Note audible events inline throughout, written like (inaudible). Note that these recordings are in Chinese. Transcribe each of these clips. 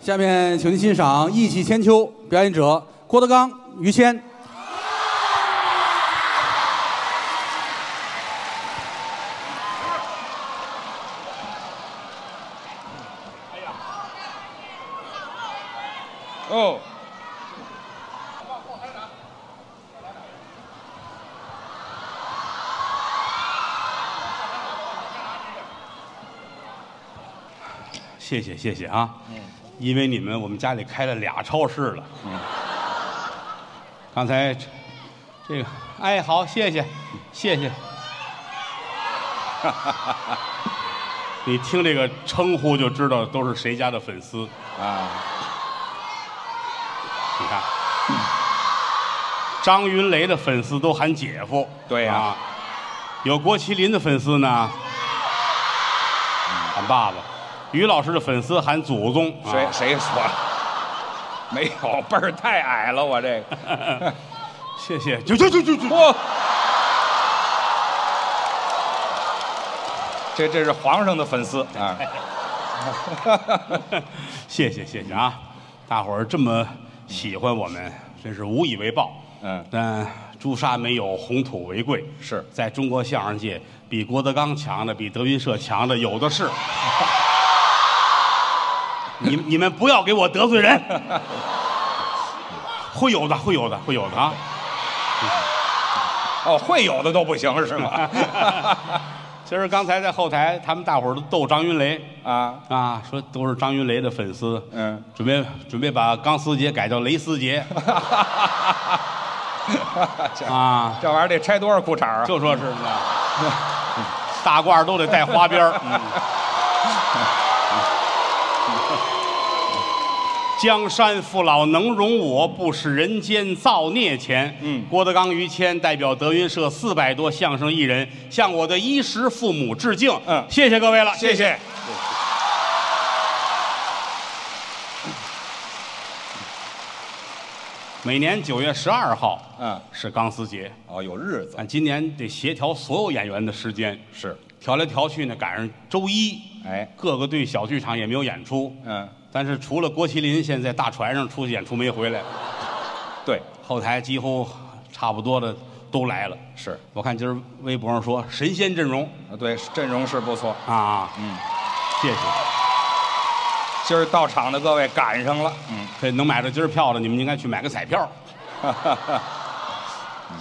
下面，请您欣赏《义气千秋》，表演者郭德纲、于谦。哦，谢谢谢谢啊！嗯因为你们，我们家里开了俩超市了。刚才这这个，哎，好，谢谢谢 (laughs) 谢。你听这个称呼就知道都是谁家的粉丝。啊，你看，张云雷的粉丝都喊姐夫，对呀啊有郭麒麟的粉丝呢，嗯喊爸爸；于老师的粉丝喊祖宗，啊谁谁说了？ (laughs) 没有，辈儿太矮了，我这个。谢谢，就就就就就，嚯！这这是皇上的粉丝啊！谢谢谢谢啊！大伙儿这么喜欢我们，真是无以为报。嗯但朱砂没有红土为贵，是在中国相声界，比郭德纲强的，比德云社强的有 (laughs) 的是。你你们不要给我得 (laughs) 罪人，会有的，会有的，会有的啊！哦，会有的都不行是吗？其实刚才在后台，他们大伙儿都逗张云雷啊，啊，说都是张云雷的粉丝，嗯，准备准备把钢丝节改叫蕾 (laughs) 丝节这啊，这玩意儿得拆多少裤衩啊？就说是呢，大褂儿都得带花边儿。嗯江山父老能容我，不使人间造孽钱。嗯郭德纲、于谦代表德云社四百多相声艺人，向我的衣食父母致敬。嗯谢谢各位了，谢谢。每年九月十二号，嗯是钢丝节，哦，有日子但今年得协调所有演员的时间，是，调来调去呢，赶上周一，哎，各个队小剧场也没有演出。嗯，但是除了郭麒麟，现在大船上出去演出没回来，对，后台几乎差不多的都来了。是我看今儿微博上说神仙阵容啊，对，阵容是不错。啊，嗯，谢谢。今儿到场的各位赶上了，嗯，这能买到今儿票的，你们应该去买个彩票。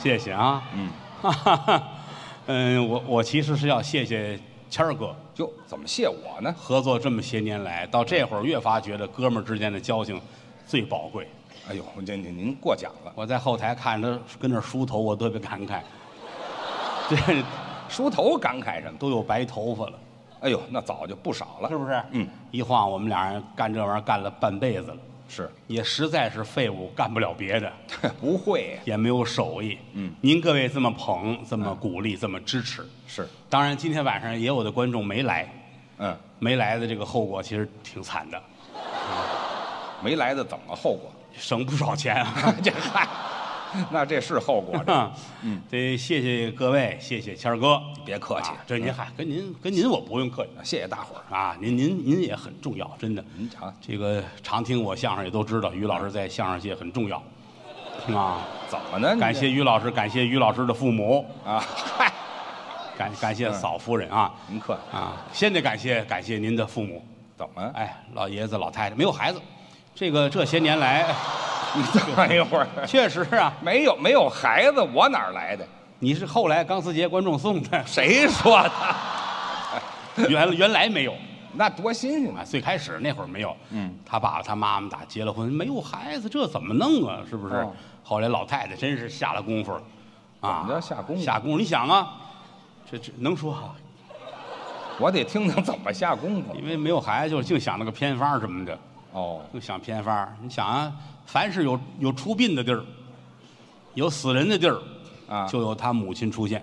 谢谢啊，嗯嗯， (laughs) 嗯，我我其实是要谢谢谦儿哥，哟，怎么谢我呢？合作这么些年来，到这会儿越发觉得哥们儿之间的交情最宝贵。哎呦，您您您过奖了，我在后台看着他跟那儿梳头，我特别感慨，这梳头感慨什么？都有白头发了，哎呦，那早就不少了，是不是？嗯，一晃我们俩人干这玩意儿干了半辈子了，是，也实在是废物，干不了别的，不会呀，也没有手艺。嗯，您各位这么捧，这么鼓励，这么支持，是，当然今天晚上也有的观众没来，嗯，没来的这个后果其实挺惨的，没来的怎么后果？ (laughs) 省不少钱啊。这嗨，那这是后果，这嗯，得谢谢各位，谢谢谦儿哥，别客气嗯啊，这您嗨，跟您跟您我不用客气谢谢大伙儿。啊，您您您也很重要，真的。您瞧，这个常听我相声也都知道，于老师在相声界很重要，啊，怎么呢？你感谢于老师，感谢于老师的父母，啊，嗨，感感嗯谢嫂夫人啊您客气，啊，先得感谢感谢您的父母，怎么？ (laughs) 哎，老爷子老太太没有孩子，这个这些年来哎你等一会儿，确实啊，没有没有孩子，我哪儿来的？你是后来钢丝节观众送的，谁说的？ (laughs) 原原来没有那多新鲜啊！啊，最开始那会儿没有，嗯，他爸爸他妈妈打结了婚，没有孩子，这怎么弄啊？是不是？哦后来老太太真是下了功夫了，啊，怎么叫下功夫下功夫，你想啊，这这能说啊？我得听听怎么下功夫。因为没有孩子，就是净想那个偏方什么的，哦，净想偏方。你想啊，凡是有有出殡的地儿，有死人的地儿，啊就有他母亲出现。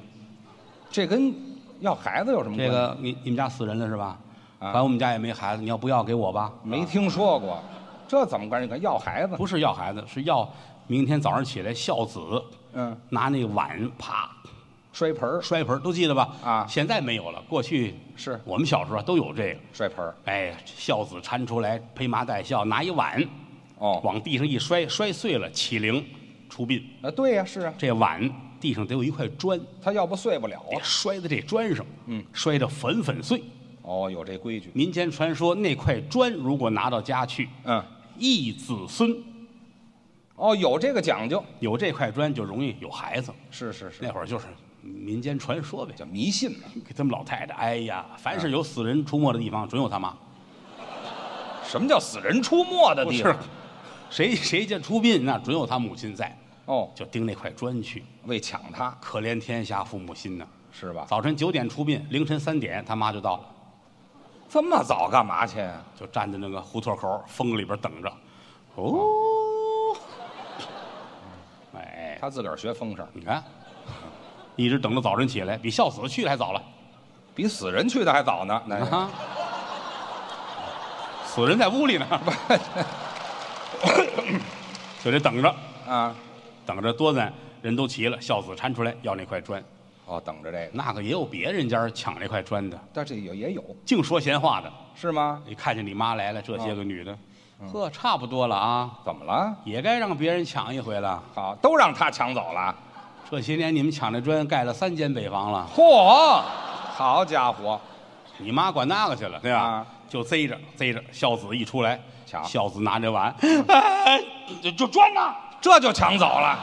这跟要孩子有什么关这系？个你你们家死人了是吧？啊反正我们家也没孩子，你要不要给我吧？没听说过，这怎么关系？跟要孩子？不是要孩子，是要明天早上起来孝子，嗯，拿那碗啪摔盆儿摔盆儿都记得吧？啊现在没有了，过去是我们小时候啊都有这个。摔盆儿哎，孝子搀出来，披麻戴孝，拿一碗哦，往地上一摔，摔碎了起灵出殡。啊，对呀，是啊，这碗地上得有一块砖，他要不碎不了别啊。摔在这砖上，哦嗯，摔得粉粉碎。哦，有这规矩。民间传说，那块砖如果拿到家去，嗯，一子孙哦，有这个讲究。有这块砖就容易有孩子。是是是，那会儿就是民间传说呗，叫迷信呢。给他们老太太，哎呀，啊凡是有死人出没的地方，准有他妈。什么叫死人出没的不地是方？，谁谁家出殡，那准有他母亲在，哦，就盯那块砖去。为抢他可怜天下父母心呐！是吧？早晨九点出殡，凌晨三点他妈就到了，这么早干嘛去啊呀？就站在那个胡同口风里边等着。哦，哎，他自个儿学风声，你看，一直等到早晨起来，比孝子去的还早了比死人去的还早呢。那啊！死人在屋里呢，就得等着，啊，等着多咱人都齐了，孝子搀出来要那块砖，哦，等着这个，那个也有别人家抢那块砖的，但这也也有净说闲话的。是吗？你看见你妈来了，这些个女哦的，嗯呵，差不多了啊，怎么了？也该让别人抢一回了。好，都让他抢走了。这些年你们抢这砖盖了三间北房了，嚯，好家伙，你妈管那个去了，对吧啊？就贼着贼着，孝子一出来，抢嗯孝子拿着碗，哎，就就砖呐！这就抢走了，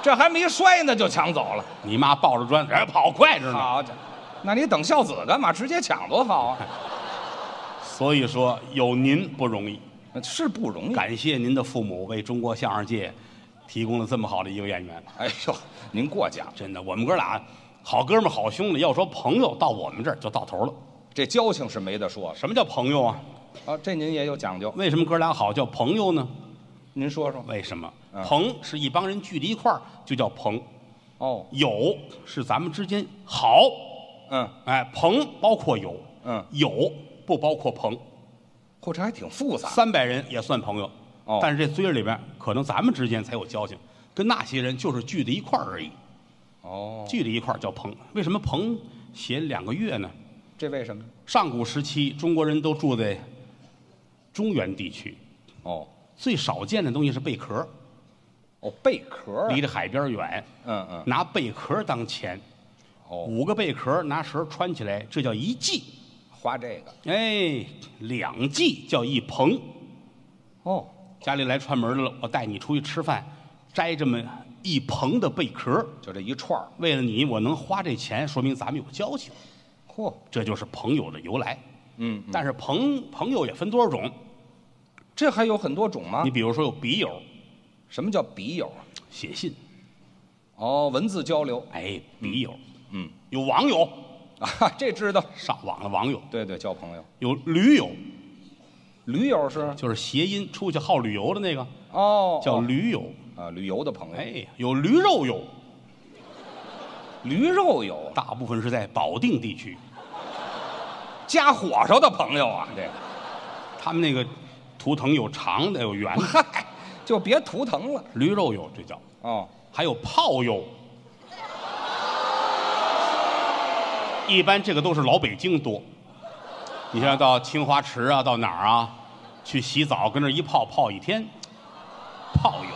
这还没摔呢就抢走了。你妈抱着砖，哎，跑快着呢。好家伙，那你等孝子干嘛？直接抢多好啊！ (laughs) 所以说有您不容易，是不容易。 (laughs) 感谢您的父母为中国相声界提供了这么好的一个演员，哎呦，您过奖，真的，我们哥俩好哥们儿好兄弟，要说朋友到我们这儿就到头了。这交情是没得说了什么叫朋友啊？啊。这您也有讲究，为什么哥俩好叫朋友呢？您说说。为什么？嗯朋是一帮人聚在一块儿就叫朋，哦，友是咱们之间好，嗯哎，朋包括友，嗯，友不包括朋，嚯，这还挺复杂。三百人也算朋友，哦但是这堆儿里边可能咱们之间才有交情，跟那些人就是聚在一块儿而已，哦，聚在一块儿叫朋。为什么朋写两个月呢？这为什么？上古时期中国人都住在中原地区，哦最少见的东西是贝壳，哦，贝壳啊。离着海边儿远。嗯嗯。拿贝壳当钱，哦，五个贝壳拿绳穿起来，这叫一季。花这个。哎，两季叫一棚。哦，家里来串门的了，我带你出去吃饭，摘这么一棚的贝壳，就这一串儿。为了你，我能花这钱，说明咱们有交情，嚯，这就是朋友的由来。嗯，但是朋朋友也分多少种，这还有很多种吗你？比如说有笔友，什么叫笔友啊？写信，哦，文字交流 (laughs) 哎，笔友，嗯，有网友，啊，这知道。上网的网友，对对，交朋友。有驴友，驴友是就是谐音，出去好旅游的那个哦，叫哦驴友。啊，旅游的朋友。哎，有驴肉友，驴肉友，大部分是在保定地区，加火烧的朋友啊，这个。他们那个图腾有长的有圆的，嗨，就别图腾了。驴肉友这叫，哦，还有炮友。一般这个都是老北京多，你像到清华池啊，到哪儿啊，去洗澡跟那儿一泡泡一天，炮友。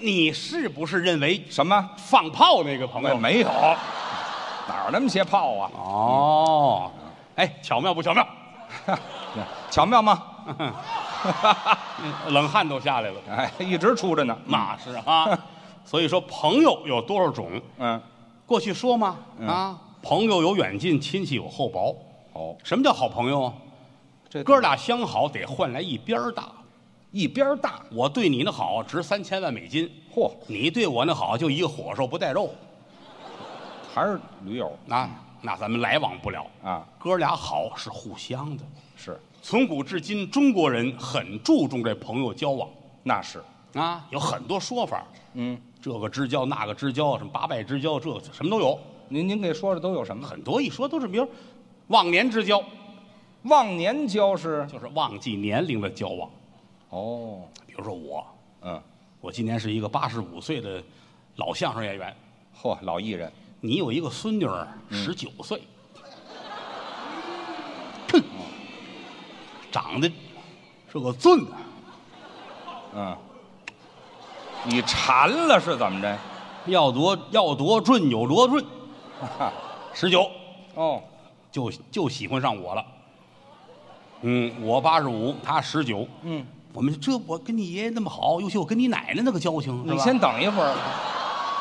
你是不是认为什么？放炮那个朋友？没有，哪儿那么些炮啊？哦，哎，巧妙不巧妙？巧妙吗？冷汗都下来了，哎，一直出着呢。那是啊。所以说，朋友有多少种？嗯，过去说嘛，啊，朋友有远近，亲戚有厚薄。哦，什么叫好朋友啊？这哥俩相好得换来一边儿大。一边大。我对你那好值三千万美金，嚯，你对我那好就一个火烧不带肉还是驴友啊，那咱们来往不了。啊？哥俩好是互相的，是，从古至今，中国人很注重这朋友交往那是。啊，有很多说法。嗯，这个之交，那个之交，什么八拜之交，这个什么都有，您您给说说都有什么？很多一说都是，比如忘年之交，忘年交是？就是忘记年龄的交往。哦，比如说我，嗯，我今年是一个八十五岁的老相声演员。嚯，老艺人，你有一个孙女儿，十九岁，长得是个俊啊子，嗯，你馋了是怎么着？要多要多俊有多俊，十九 (laughs) 哦，就就喜欢上我了。嗯，我八十五，他十九。嗯，我们这我跟你爷爷那么好，尤其我跟你奶奶那个交情，是你吧先等一会儿，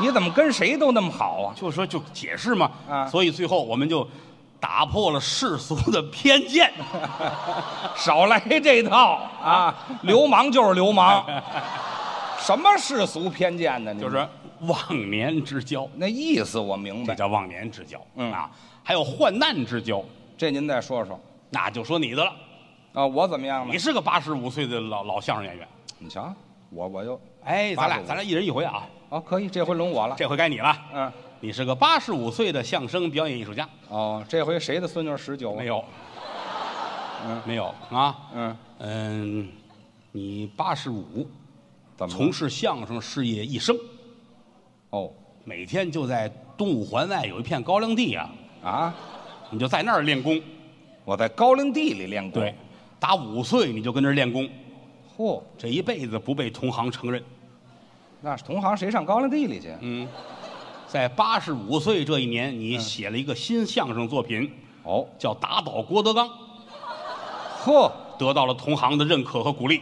你怎么跟谁都那么好啊？就说就解释嘛。啊所以最后我们就打破了世俗的偏 (laughs) 见。少来这套啊！流氓就是流 (laughs) 氓，什么世俗偏见呢？你就是忘年之交，那意思，我明这白。叫忘年之交。嗯啊，还有患难之交，这您再说说那就说你的了。啊，我怎么样呢你？是个八十五岁的老老相声演员，你瞧，我我就哎，咱俩85咱俩一人一回啊，哦，可以，这回轮我了。这回该你了。嗯，你是个八十五岁的相声表演艺术家，哦，这回谁的孙女十九？没有，哦嗯没有啊，嗯，嗯，你八十五，怎么了从事相声事业一生，哦每天就在东五环外有一片高粱地啊，啊？你就在那儿练功。我在高粱地里练过。对，，打五岁你就跟那儿练功，嚯、这一辈子不被同行承认。那是同行谁上高粱地里去？嗯，在八十五岁这一年，你写了一个新相声作品，哦，叫《打倒郭德纲》，嚯，得到了同行的认可和鼓励。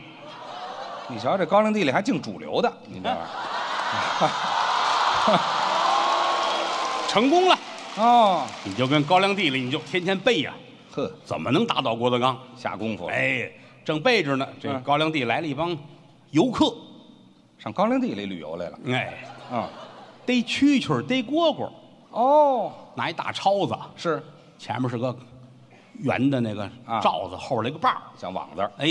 你瞧这高粱地里还净主流的，你这玩意哎儿。成功了，哦，你就跟高粱地里，你就天天背呀、呵，怎么能打倒郭德纲？下功夫了。哎，正背着呢，这嗯高粱地来了一帮游客，上高粱地里旅游来了。哎，嗯，逮蛐蛐儿，逮蝈蝈，哦，拿一大抄子，是前面是个圆的那个啊罩子，后边来个把儿，像网子儿。哎，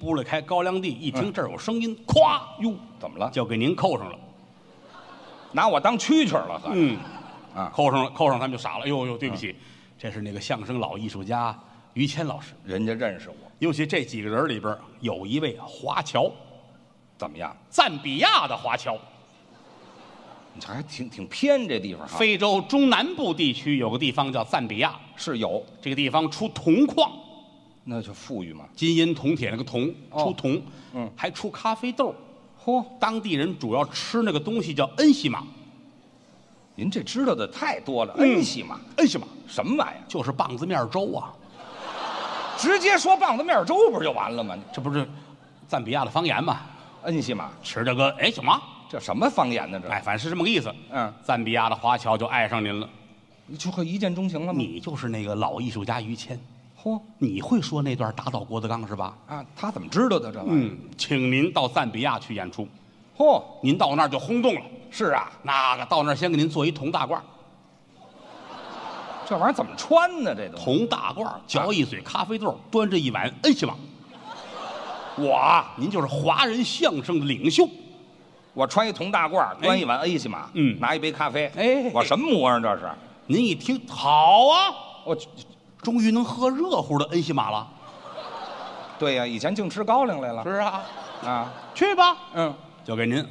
拨了开高粱地，一嗯听这儿有声音，咵，哟，怎么了？就给您扣上了。拿我当蛐蛐儿了？呵，嗯，啊扣上了，扣上他们就傻了。哎呦呦，对不起，这是那个相声老艺术家于谦老师。人家认识我，尤其这几个人里边儿有一位华侨，怎么样？赞比亚的华侨，啊你瞧，还挺挺偏这地方哈。非洲中南部地区有个地方叫赞比亚，是有，这个地方出铜矿，那就富裕嘛。金银铜铁那个铜，哦出铜，嗯还出咖啡豆。嚯，当地人主要吃那个东西叫恩西玛，您这知道的太多了。嗯恩西嘛，恩西玛什么玩意儿？就是棒子面粥啊，直接说棒子面粥不是就完了吗？这不是赞比亚的方言吗？恩西嘛，吃这个哎什么？这什么方言呢？这哎，反正是这么个意思。嗯，赞比亚的华侨就爱上您了，你就会一见钟情了吗？你就是那个老艺术家于谦，嚯你会说那段打倒郭德纲是吧？啊，他怎么知道的这玩意儿？嗯，请您到赞比亚去演出，嚯，您到那儿就轰动了。是啊，那个到那儿先给您做一铜大褂，这玩意儿怎么穿呢？这都铜大褂嚼一嘴咖啡豆，端着一碗恩西玛，我啊您就是华人相声的领袖。我穿一铜大褂，端一碗 A 西马，嗯拿一杯咖啡，哎我什么模样这是？您一听，好啊，我，终于能喝热乎的恩西玛了，对呀、以前净吃高粱来了是啊，啊，去吧，嗯，就给您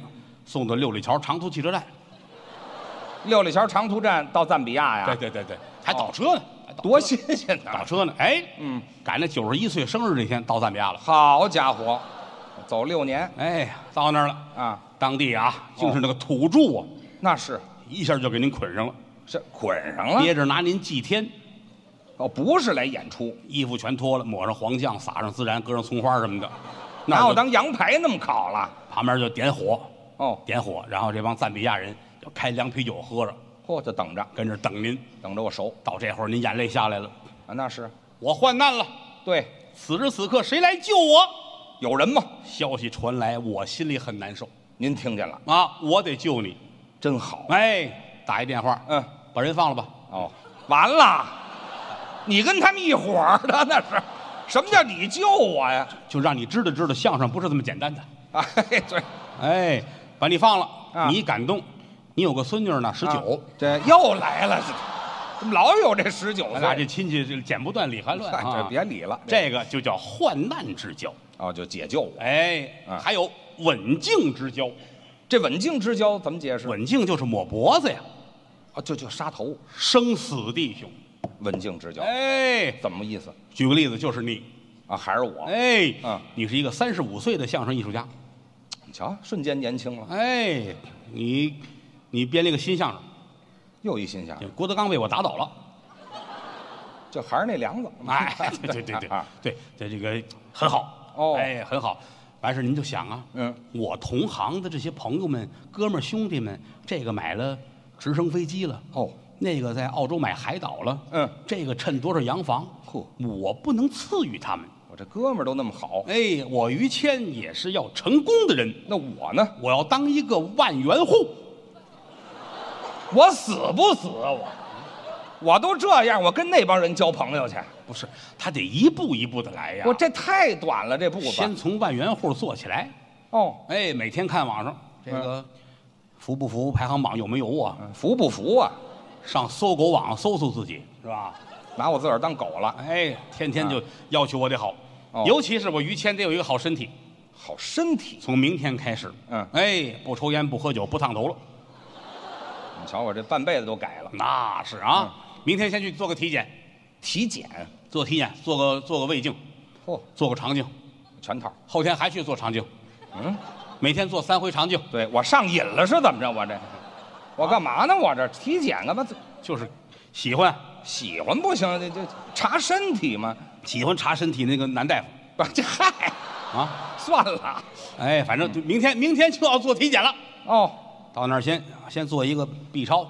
送到六里桥长途汽车站。六里桥长途站到赞比亚呀，对对对对，啊还倒车呢，还倒多车新鲜呐！打车呢，哎，嗯，赶着九十一岁生日那天到赞比亚了，好家伙，走六年哎呀，到那儿了，啊，当地啊，就是那个土著啊，那是一下就给您捆上了，是捆上了接着拿您祭天，哦，不是来演出，衣服全脱了，抹上黄酱，撒上孜然，搁上葱花什 (laughs) 么的，那拿我就当羊排那么烤了旁边就点火，哦，点火，然后这帮赞比亚人就开凉啤酒喝着，嚯，就等着跟这儿等您。等着我熟到这会儿您眼泪下来了，啊，那是我患难了，对，此时此刻谁来救我？有人吗？消息传来，我心里很难受您听见了，啊，我得救你。真好，哎，打一电话，嗯。把人放了吧。哦，完了，你跟他们一伙儿的 (laughs) 那是，什么叫你救我呀？就让你知道知道相声不是这么简单的。哎，对，哎，把你放了，啊你感动，你有个孙女儿呢，十九、啊这又来了，这怎么老有这十九咱俩这岁？亲戚这剪不断理还乱 (laughs) 哎啊这！别理了，这个就叫患难之交。哦就解救我哎，啊还有稳静之交，这刎颈之交怎么解释？刎颈就是抹脖子呀，啊，就就杀头，生死弟兄。刎颈之交哎，怎么意思举个例子，就是你，啊？还是我？哎，嗯你是一个三十五岁的相声艺术家，你瞧，瞬间年轻了，哎，你你编了一个新相声，又一心想，郭德纲被我打倒 (laughs) 了，就还是那梁子。哎， (laughs) 对对对对对，这这个很好，哦哎，很好。完事儿您就想啊，嗯，我同行的这些朋友们、哥们儿、兄弟们，这个买了直升飞机了，哦，那个在澳洲买海岛了，嗯，这个趁多少洋房，嚯我不能赐予他们。我这哥们儿都那么好，哎，我于谦也是要成功的人，那我呢？我要当一个万元户。我死不死啊？我，我都这样，我跟那帮人交朋友去，不是，他得一步一步的来哎呀。我这太短了，这步吧先。从万元户做起来。哦，哎，每天看网上嗯这个服不服排行榜有没有我，服不服啊？上搜狗网搜搜自己是吧？拿我自个儿当狗了，哎，天天就要求我得好，哦尤其是我于谦得有一个好身体。好身体。从明天开始，嗯哎，不抽烟，不喝酒，不烫头了。你瞧我这半辈子都改了，那是啊，嗯明天先去做个体检，体检，做体检，做个做个胃镜，嚯、做个肠镜，全套。后天还去做肠镜，嗯，每天做三回肠镜，对我上瘾了是怎么着？我这，我干嘛呢？我这体检干嘛？就是喜欢喜欢不行，这这查身体嘛。喜欢查身体那个男大夫不，这嗨，啊，算了。哎，反嗯正就明天明天就要做体检了，哦，到那儿先先做一个 B 超，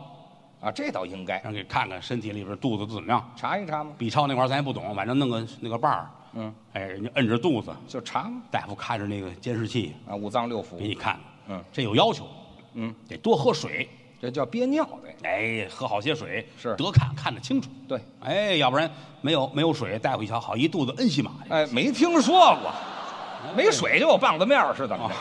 啊，这倒应该让给看看身体里边肚子怎么样。查一查嘛。 B 超那块儿咱也不懂，反正弄个那个棒儿，嗯，哎，人家摁着肚子，就查嘛。大夫看着那个监视器啊，五脏六给腑，你看看，嗯这有要求，嗯，得多喝水，这叫憋尿的。哎，喝好些水，是得看看得清楚，对，哎，要不然没有没有水，大夫一瞧，好一肚子恩西玛呀，哎，没听说过，没水就有棒子面儿是怎么着？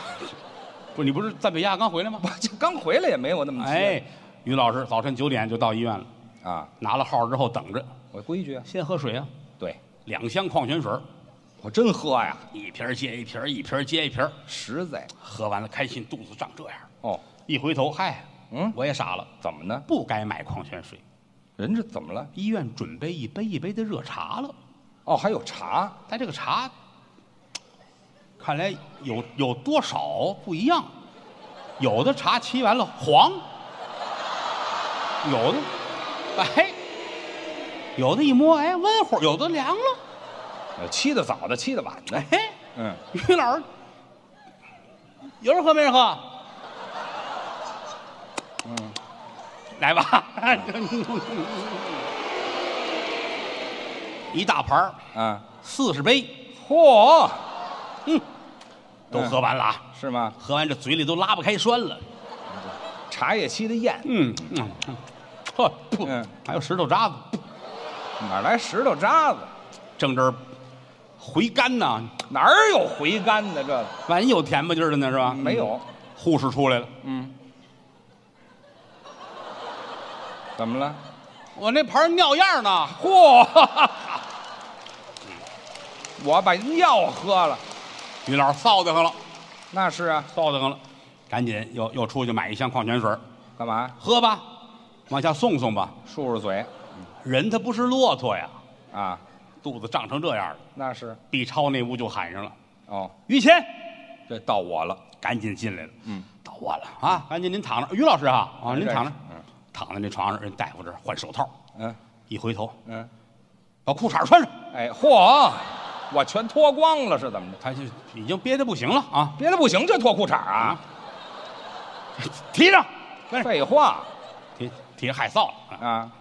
不是你不是赞比亚刚回来吗？我这刚回来也没我那么哎急，于老师早晨九点就到医院了，啊，拿了号之后等着，我规矩啊。先喝水啊，对，两箱矿泉水儿，我真喝呀，一瓶儿接一瓶儿，一瓶儿接一瓶儿，实在。喝完了开心，肚子胀这样，哦，一回头，嗨，嗯我也傻了，怎么呢？不该买矿泉水，人这怎么了？医院准备一杯一杯的热茶了，哦，还有茶，但这个茶，看来有有多少不一样，有的茶沏完了黄，有的白，有的一摸哎温乎，有的凉了，呃沏的早的，沏的晚的。哎。嗯，于老师，有人喝没人喝？嗯，来吧，一大盘啊，四十杯，嚯，都喝完了啊！是吗？喝完这嘴里都拉不开栓了。茶叶沏的艳，嗯嗯，呵，噗嗯还有石头渣子，哪来石头渣子？正这儿回甘呢，哪儿有回甘的这个？万一有甜吧劲儿的呢，是吧？没有。护士出来了，嗯，怎么了？我那盘儿尿样呢。嚯！我把药喝了，于老师臊得慌了。那是啊，臊得慌了，赶紧又又出去买一箱矿泉水儿干嘛？喝吧，往下送送吧。漱漱嘴人他不是骆驼呀，啊，肚子胀成这样了。那是毕超那屋就喊上了哦，于谦，这到我了，赶紧进来了。嗯，到我了啊，赶紧您躺着，于老师啊，啊您躺着，嗯躺在那床上，人大夫这儿换手套，嗯一回头嗯，把裤衩穿上，哎，嚯，我全脱光了是怎么着？他就已经憋得不行了啊，别的不行就脱裤衩啊？提上，跟着废话提提着害臊了，啊啊！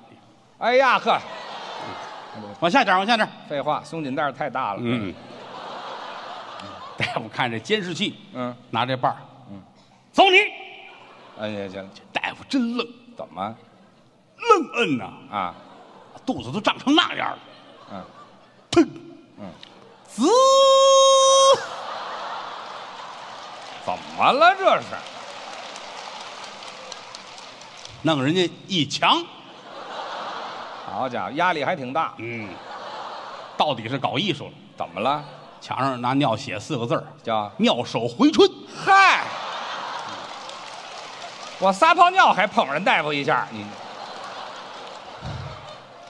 哎呀呵，往下点儿往下点儿，废话，松紧带儿太大了。嗯， (laughs) 大夫看这监视器，嗯，拿这棒儿，走你！哎呀，行，大夫真愣怎么愣摁呐，啊？肚子都胀成那样了，嗯，砰，嗯，滋，怎么了这是？弄人家一墙，好家伙，压力还挺大。嗯，到底是搞艺术了。怎么了？墙上拿尿写四个字儿叫“妙手回春嗨，我撒泡尿还碰人大夫一下，你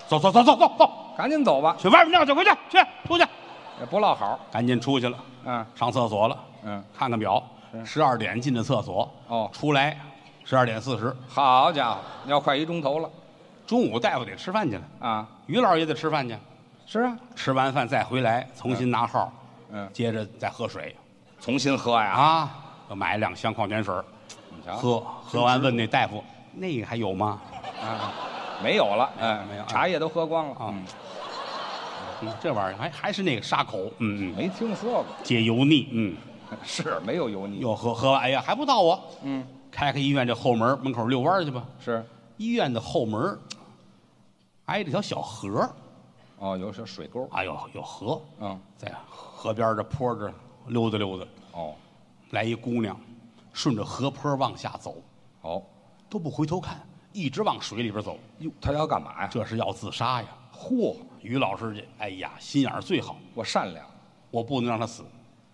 走走走走走走，赶紧走吧，去外边尿去，快去去出去，也不落好。赶紧出去了，嗯上厕所了，嗯，看看表，十二点进的厕所，哦出来十二点四十，好家伙，要快一钟头了中午大夫得吃饭去了，啊！于老师也得吃饭去，是啊，吃完饭再回来重新拿号，嗯，接着再喝水重新喝呀。啊，又买两箱矿泉水儿你瞧，喝，喝完问那大夫那个还有吗？啊，没有了，哎，没有啊茶叶都喝光了啊嗯嗯这玩意儿还还是那个沙口，嗯嗯，没听说解油腻，嗯，过， (laughs) 是没有油腻，又喝喝完，哎呀还不到啊，嗯，开开医院这后门门口遛弯儿去吧。是，医院的后门儿挨着条小河儿，哦，有是水沟，哎呦有河，嗯，在河边儿这坡这儿溜达溜达，哦，来一姑娘，顺着河坡往下走，哦，都不回头看，一直往水里边走，哟，他要干嘛呀？这是要自杀呀！嚯，于老师这，哎呀，心眼儿最好，我善良，我不能让他死，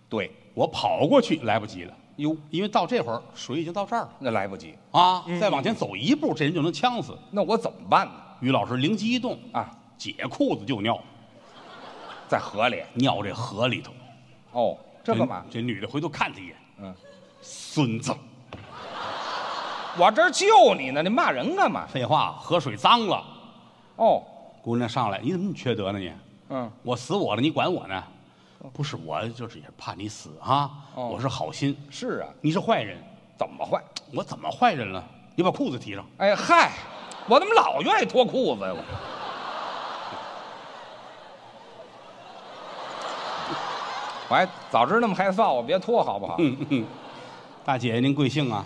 对，我跑过去来不及了，哟，因为到这会儿水已经到这儿了那来不及，啊，再往前走一步，这人就能呛死。那我怎么办呢？于老师灵机一动，啊，解裤子就尿，在河里，尿这河里头。哦，这干嘛？这女的回头看他一眼，嗯，孙子，我这儿救你呢，你骂人干嘛？废话，河水脏了。哦，姑娘上来，你怎么那么缺德呢你？嗯，我死我了，你管我呢？不是，我就是也怕你死啊，哦我是好心，是啊，你是坏人，怎么坏？我怎么坏人了？你把裤子提上，哎嗨，我怎么老愿意脱裤子呀？我 (laughs) 我还早知那么害臊，我别脱好不好？嗯大姐您贵姓啊？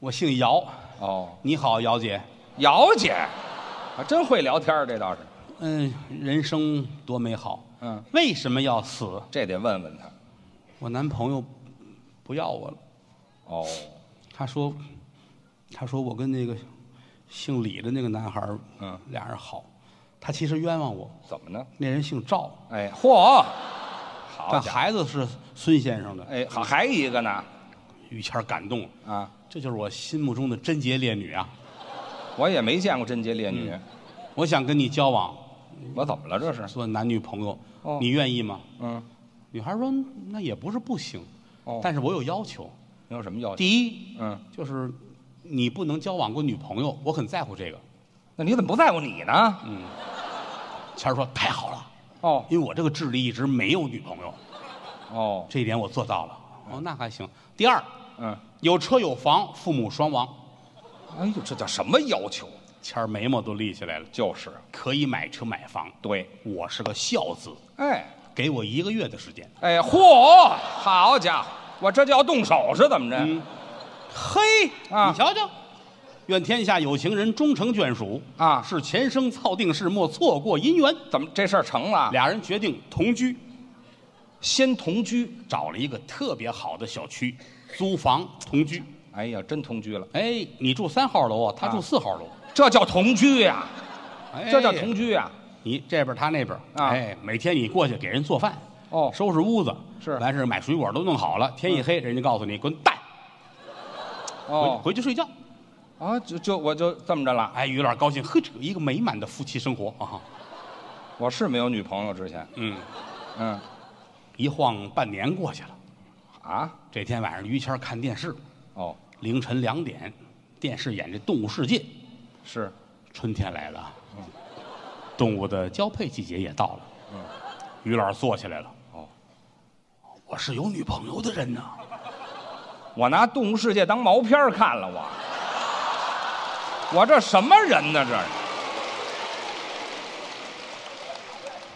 我姓姚，哦，你好，姚姐。姚姐，还真会聊天儿，这倒是，嗯，人生多美好，嗯，为什么要死？这得问问她。我男朋友不要我了，哦，他说，他说我跟那个姓李的那个男孩儿，嗯俩人好，他其实冤枉我，怎么呢？那人姓赵，哎，嚯，好但家伙，孩子是孙先生的。哎，好，还一个呢，于谦儿感动了，啊，这就是我心目中的贞洁烈女啊！我也没见过贞洁烈女，我想跟你交往，我怎么了这是？做男女朋友，哦你愿意吗？嗯，女孩说那也不是不行，哦但是我有要求。你有什么要求？第一，嗯，就是你不能交往过女朋友，我很在乎这个。那你怎么不在乎你呢？嗯谦儿说太好了，哦因为我这个智力一直没有女朋友，哦，这一点我做到了。哦，那还行。第二，嗯。有车有房，父母双亡。哎呦，这叫什么要求？谦儿眉毛都立起来了，就是可以买车买房。对，我是个孝子，哎给我一个月的时间。哎，嚯，好家伙，我这就要动手是怎么着？嗯嘿，啊你瞧瞧，愿天下有情人终成眷属啊是前生造定事，莫错过姻缘。怎么这事儿成了？俩人决定同居，先同居，找了一个特别好的小区，租房同居。哎呀，真同居了，哎，你住三号楼啊，他住四号楼，这叫同居呀、哎这叫同。居呀、你这边他那边，啊哎，每天你过去给人做饭，哦收拾屋子，是嗯完事儿买水果都弄好了，天一黑，人家告诉你滚蛋，回哦回去睡觉。啊，就就我就这么着了。哎，于老师高兴，呵，这一个美满的夫妻生活啊，我是没有女朋友之前，嗯，嗯一晃半年过去了。啊，这天晚上，于谦儿看电视，哦凌晨两点，电视演这《动物世界》，是，春天来了，动物的交配季节也到了。于老师坐起来了。嗯哦，我是有女朋友的人呢。我拿《动物世界》当毛片儿看了我，我这什么人呢？这是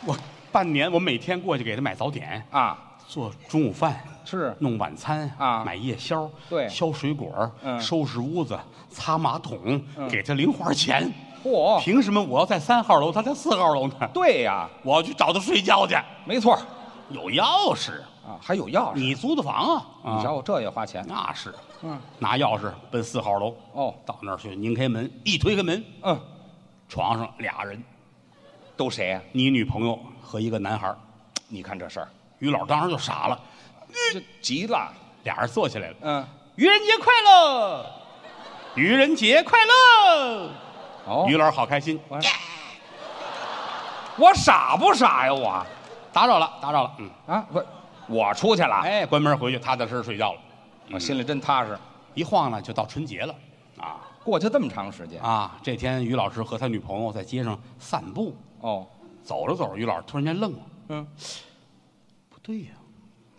我半年，我每天过去给他买早点，啊，做中午饭，是弄晚餐啊买夜宵，对削水果，嗯收拾屋子，擦马桶，给他零花钱。嚯，凭什么我要在三号楼，他在四号楼呢？对呀、我要去找他睡觉去，没错儿有钥匙。啊，还有钥匙。你租的房啊？啊你瞧我这也花钱。那是，嗯，拿钥匙奔四号楼，哦，到那儿去拧开门，一推开门，嗯，床上俩人，都谁呀、你女朋友和一个男孩儿。你看这事儿，于老当时就傻了，这急了。嗯俩人坐起来了。嗯，愚人节快乐！愚人节快乐！哦于老师好开心，我傻不傻呀？我打扰了，打扰了，嗯，啊，不，我出去了，哎，关门回去，踏踏实实睡觉了。我心里真踏实。一晃呢，就到春节了，啊过去这么长时间，啊！这天于老师和他女朋友在街上散步，哦，走着走着，于老师突然间愣了，嗯，不对呀、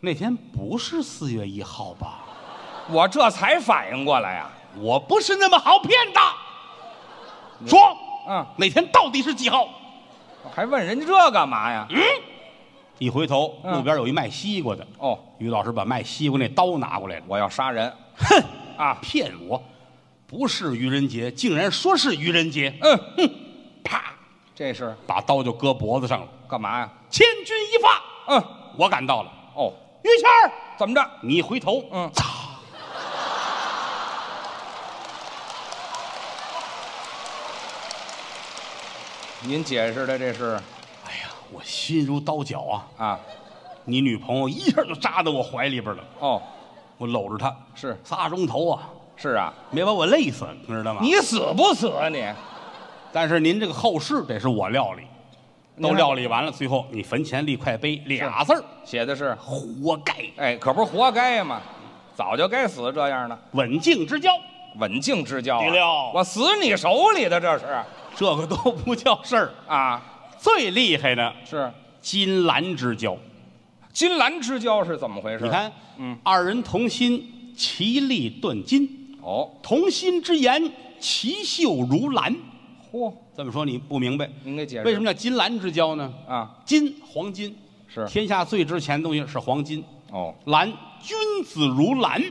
那天不是四月一号吧？我这才反应过来呀、我不是那么好骗的。说，嗯，那天到底是几号？嗯还问人家这干嘛呀？一回头，嗯路边有一卖西瓜的，哦，于老师把卖西瓜那刀拿过来了，我要杀人哼，啊！骗我！不是愚人节，竟然说是愚人节，嗯，啪，这是把刀就搁脖子上了。干嘛呀？千钧一发，嗯，我赶到了。哦，于谦儿，怎么着？你一回头，嗯嚓，您解释的这是哎呀，我心如刀绞啊！啊？你女朋友一下就扎到我怀里边了，哦，我搂着她是仨钟头啊，是啊，没把我累死，你知道吗？你死不死啊你？但是您这个后事得是我料理，您都看料理完了，最后你坟前立块碑，俩字儿写的是，活该，哎，可不是活该嘛，早就该死这样的。刎颈之交，刎颈之交、啊，第六我死你手里的这是这个都不叫事儿。啊，最厉害的是金兰之交，金兰之交是怎么回事？你看，嗯，二人同心，其利断金；哦，同心之言，其秀如兰。嚯，这么说你不明白，您给解释为什么叫金兰之交呢？啊？金，黄金，是天下最值钱的东西是黄金。哦兰，君子如兰，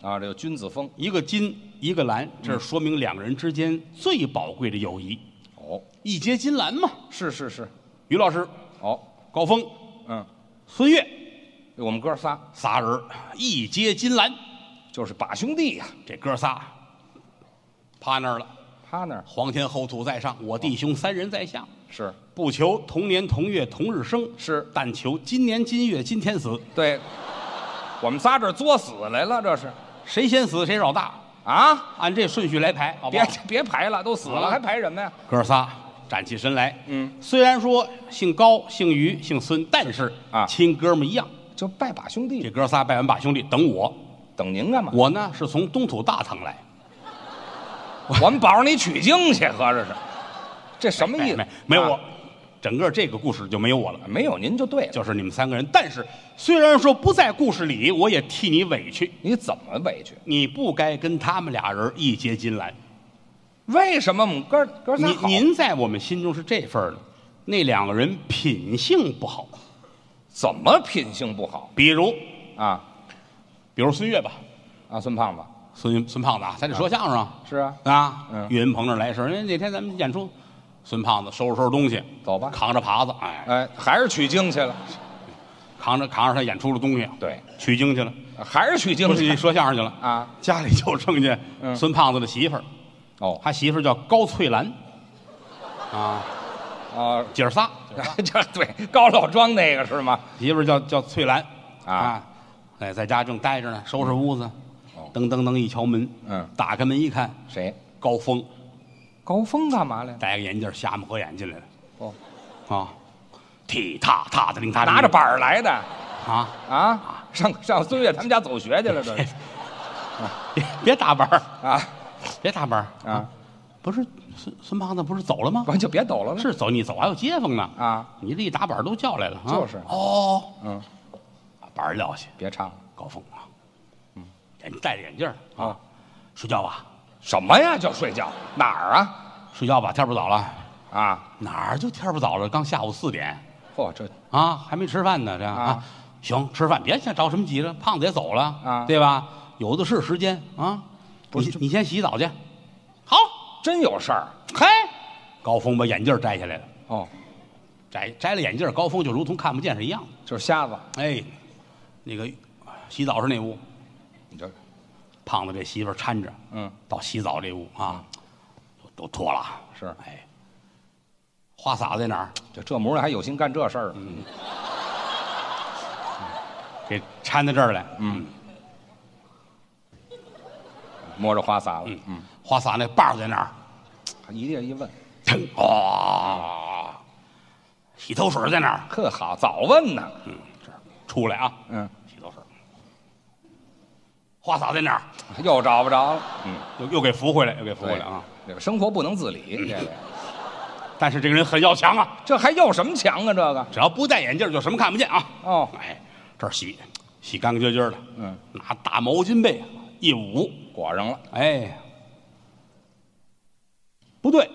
啊，这个君子风一个金，一个嗯兰，这是说明两个人之间最宝贵的友谊，哦，一结金兰嘛。是是是，于老师、哦，高峰、嗯，孙越我们哥仨仨人一结金兰，就是把兄弟呀、这哥仨趴那儿了。趴那儿皇天后土在上，我哦弟兄三人在下。是不求同年同月同日生，是但求今年今月今天死。对，我们仨这儿作死来了，这是谁先死谁老大，啊，按这顺序来排，(laughs) 好不别好？别排了，都死了啊还排什么呀？哥仨站起身来。嗯，虽然说姓高、姓于、姓孙，但是啊亲哥们一样。就拜把兄这弟，哥仨拜完把兄弟，等我。等您干嘛？我呢是从东土大唐来，我们保着你取经去，合着是，这什么意思没？哎没有我啊，整个这个故事就没有我了。没有您就对了。就是你们三个人，但是虽然说不在故事里，我也替你委屈。你怎么委屈？你不该跟他们俩人一结金兰。为什么我们哥儿哥仨您好？您在我们心中是这份儿的，那两个人品性不好。怎么品性不好比如，啊？比如孙越吧，啊，孙胖子孙孙胖子啊，咱得说相声啊是啊，啊嗯岳云鹏这来一声，哎那天咱们演出，孙胖子收拾收拾东西，走吧扛着耙子，哎，哎，还是取经去了，扛着扛着他演出的东西，对，取经去了，还是取经不去是说相声去了啊？家里就剩下嗯孙胖子的媳妇儿，哦他媳妇儿叫高翠兰，啊，啊， (laughs) 姐儿仨，这对高老庄那个是吗？媳妇儿叫叫翠兰啊，哎，在家正待着呢，收拾屋子哦，噔噔噔一敲门，嗯打开门一看，谁？高峰高峰干嘛来了？戴个眼镜，瞎么合眼进来了，哦，啊，踢踏踏的令他拿着板儿来的啊，啊，上上孙越他们家走学去了，这是别别打板儿，啊别打板儿，啊，不是孙孙胖子不是走了吗？完就别抖了呗，是走，你走还有街坊呢啊，你这一打板儿都叫来了，啊就是哦，嗯，把板儿撂下，别唱了高峰啊，嗯，戴着眼镜儿啊，睡觉吧，什么呀？就睡觉哪儿啊？睡觉吧，天不早了，啊，哪儿就天不早了，刚下午四点。嚯，这啊，还没吃饭呢，这样啊啊，行，吃饭别先着什么急了，胖子也走了啊对吧？有的是时间啊，不是你这你先洗澡去。好，真有事儿嘿，高峰把眼镜摘下来了，哦，摘摘了眼镜，高峰就如同看不见是一样的。就是瞎子，哎，那个洗澡是那屋，你这胖子这媳妇儿搀着，嗯，到洗澡这屋啊，都都脱了，是哎，花洒在哪儿？这这模样还有心干这事儿呢，给搀到这儿来，嗯，摸着花洒了，嗯，嗯花洒那把儿在那儿，一定一问，腾哦，洗头水在那儿，呵好，早问呢。嗯，这儿出来啊，嗯，洗头水，花洒在那儿，又找不着了。嗯，又又给扶回来，又给扶回来啊。对，这嗯个生活不能自理，这个但是这个人很要强啊，这还要什么强啊？这个只要不戴眼镜就什么看不见啊。哦，哎，这儿洗，洗干干净净的，嗯，拿大毛巾被啊一捂，裹上了，哎，不对，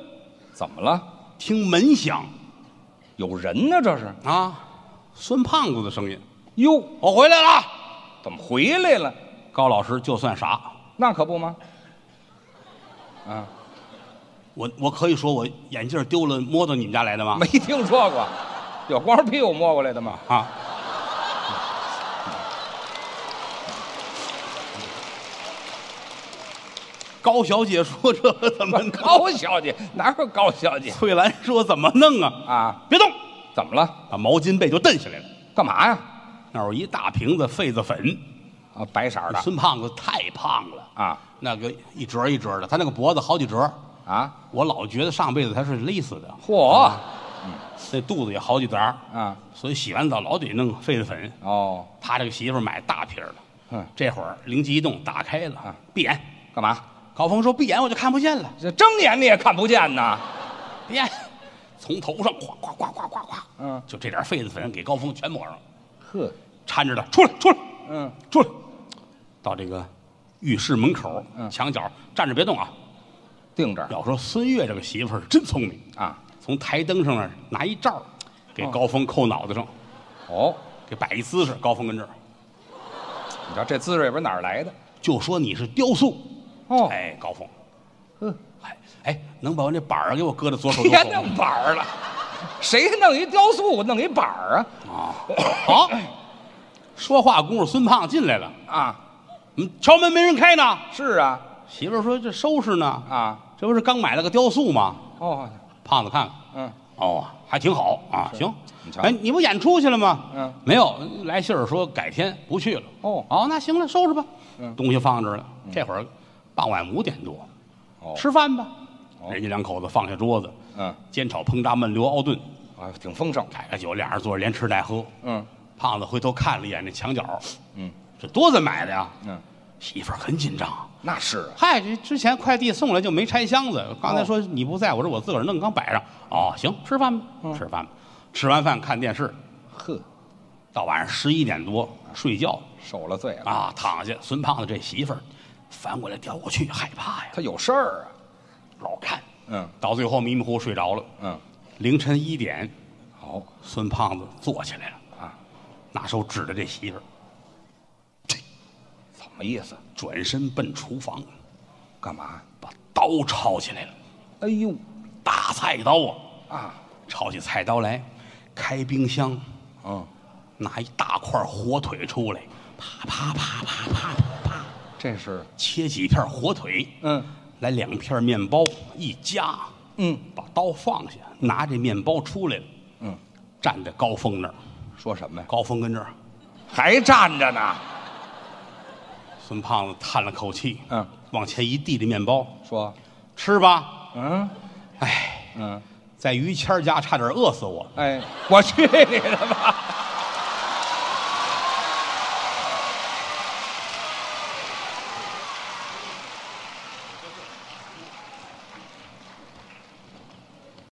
怎么了？听门响有人呢？这是啊，孙胖子的声音，哟，我回来了。啊怎么回来了？高老师就算傻，那可不吗？啊，我我可以说我眼镜丢了，摸到你们家来的吗没？听说过，有光着屁股摸过来的吗？啊，高小姐说这怎么弄？ (laughs) 高小姐哪有高小姐翠兰说怎么弄啊？啊？别动，怎么了？把毛巾被就蹬下来了。干嘛呀？那儿有一大瓶子痱子粉，啊，白色儿的孙胖子太胖了，啊那个一折一折的，他那个脖子好几折。啊！我老觉得上辈子他是勒死的，嚯那肚子也好几沓儿，啊所以洗完澡老得弄痱子粉。哦，他这个媳妇儿买大瓶儿的，嗯，这会儿灵机一动，打开了啊，闭眼。干嘛？高峰说：“闭眼我就看不见了，这睁眼你也看不见呐？闭眼。”从头上哗哗哗哗哗哗，嗯就这点痱子粉给高峰全抹上了，呵，搀着他出来，出来，嗯，出来，到这个浴室门口、嗯墙角站着别动啊。定这儿要说孙越这个媳妇儿真聪明，啊。从台灯上那儿拿一罩儿，给高峰扣脑袋上，哦，给摆一姿势。高峰跟这儿你知道这姿势也不是哪儿来的就说你是雕塑，哦哎，高峰，呵，哎哎，能把我这板儿给我搁到左手右别手弄吗板儿了，谁弄一雕塑弄一板儿啊？啊？好，说话功夫，孙胖进来了，啊，嗯，敲门没人开呢。是啊媳妇儿说这收拾呢，啊，这不是刚买了个雕塑吗？哦，胖子看看，嗯，哦，还挺好啊，行你。瞧哎，你不演出去了吗？嗯，没有，来信儿说改天不去了。哦哦，那行了，收拾吧。嗯东西放这儿了。这会儿傍晚五点多，哦吃饭吧。哦人家两口子放下桌子，嗯，煎炒烹炸焖溜熬炖，啊，挺丰盛，开开酒，俩人坐着连吃带喝。嗯胖子回头看了一眼那墙角，嗯这多子买的呀？嗯，媳妇儿很紧张。那是啊，嗨，这之前快递送来就没拆箱子，刚才说哦你不在，我说我自个儿弄，刚摆上。哦，行，吃饭吧，嗯吃饭吧。吃完饭看电视，呵，到晚上十一点多睡觉受了罪了，啊，躺下。孙胖子这媳妇儿翻过来调过去，害怕呀，他有事儿啊，老看，嗯到最后迷迷糊糊睡着了。嗯，凌晨一点，好孙胖子坐起来了，啊，拿手指着这媳妇儿，怎么意思？转身奔厨房，干嘛？把刀抄起来了，哎呦大菜刀啊，啊，抄起菜刀来，开冰箱，嗯，拿一大块火腿出来，啪啪啪啪啪啪，这是，切几片火腿，嗯来两片面包一夹，嗯，把刀放下，拿着面包出来了，嗯，站在高峰那儿，说什么呀？高峰跟这儿，还站着呢？孙胖子叹了口气，嗯，往前一递这面包，说，吃吧，嗯哎，嗯。在于谦儿家差点饿死我，哎，我去你的吧！